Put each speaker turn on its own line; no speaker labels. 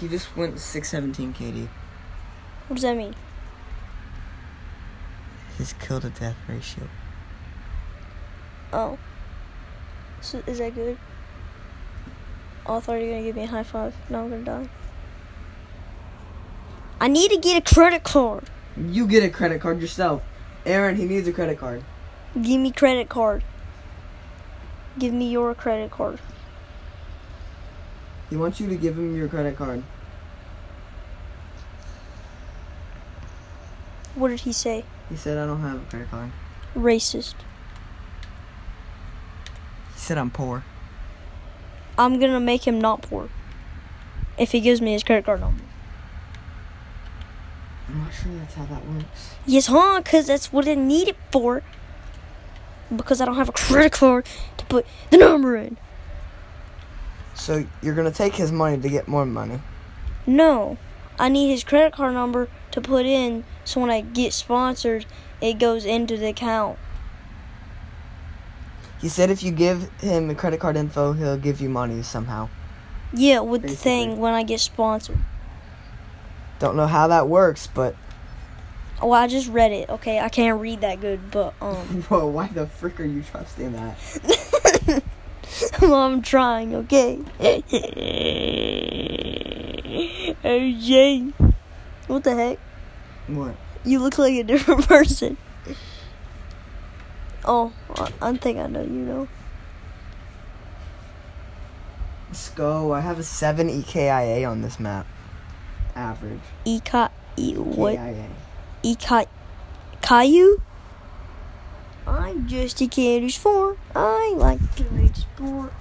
He just went six seventeen, Katie.
What does that mean?
His kill to death ratio.
Oh. So is that good? Oh, I thought you were gonna give me a high five. Now I'm gonna die. I need to get a credit card.
You get a credit card yourself. Aaron, he needs a credit card.
Give me credit card. Give me your credit card.
He wants you to give him your credit card.
What did he say?
He said, I don't have a credit card.
Racist.
He said, I'm poor.
I'm gonna make him not poor. If he gives me his credit card number.
I'm not sure that's how that works.
Yes, huh? Because that's what I need it for. Because I don't have a credit card to put the number in.
So you're gonna take his money to get more money.
No, I need his credit card number to put in so when I get sponsored, it goes into the account.
He said if you give him the credit card info, he'll give you money somehow.
Yeah, with the
Basically.
thing when I get sponsored.
Don't know how that works, but
Well, Oh, I just read it. Okay, I can't read that good, but um,
bro, why the frick are you trusting that?
well, I'm trying. Okay. OJ, what the heck?
What?
You look like a different person. Oh, I, I think I know you know.
Let's go. I have a seven E EKIA on this map. Average.
Eka, e, what?
KIA.
Eka, Caillou? I'm just a kid who's four. I like to play sport.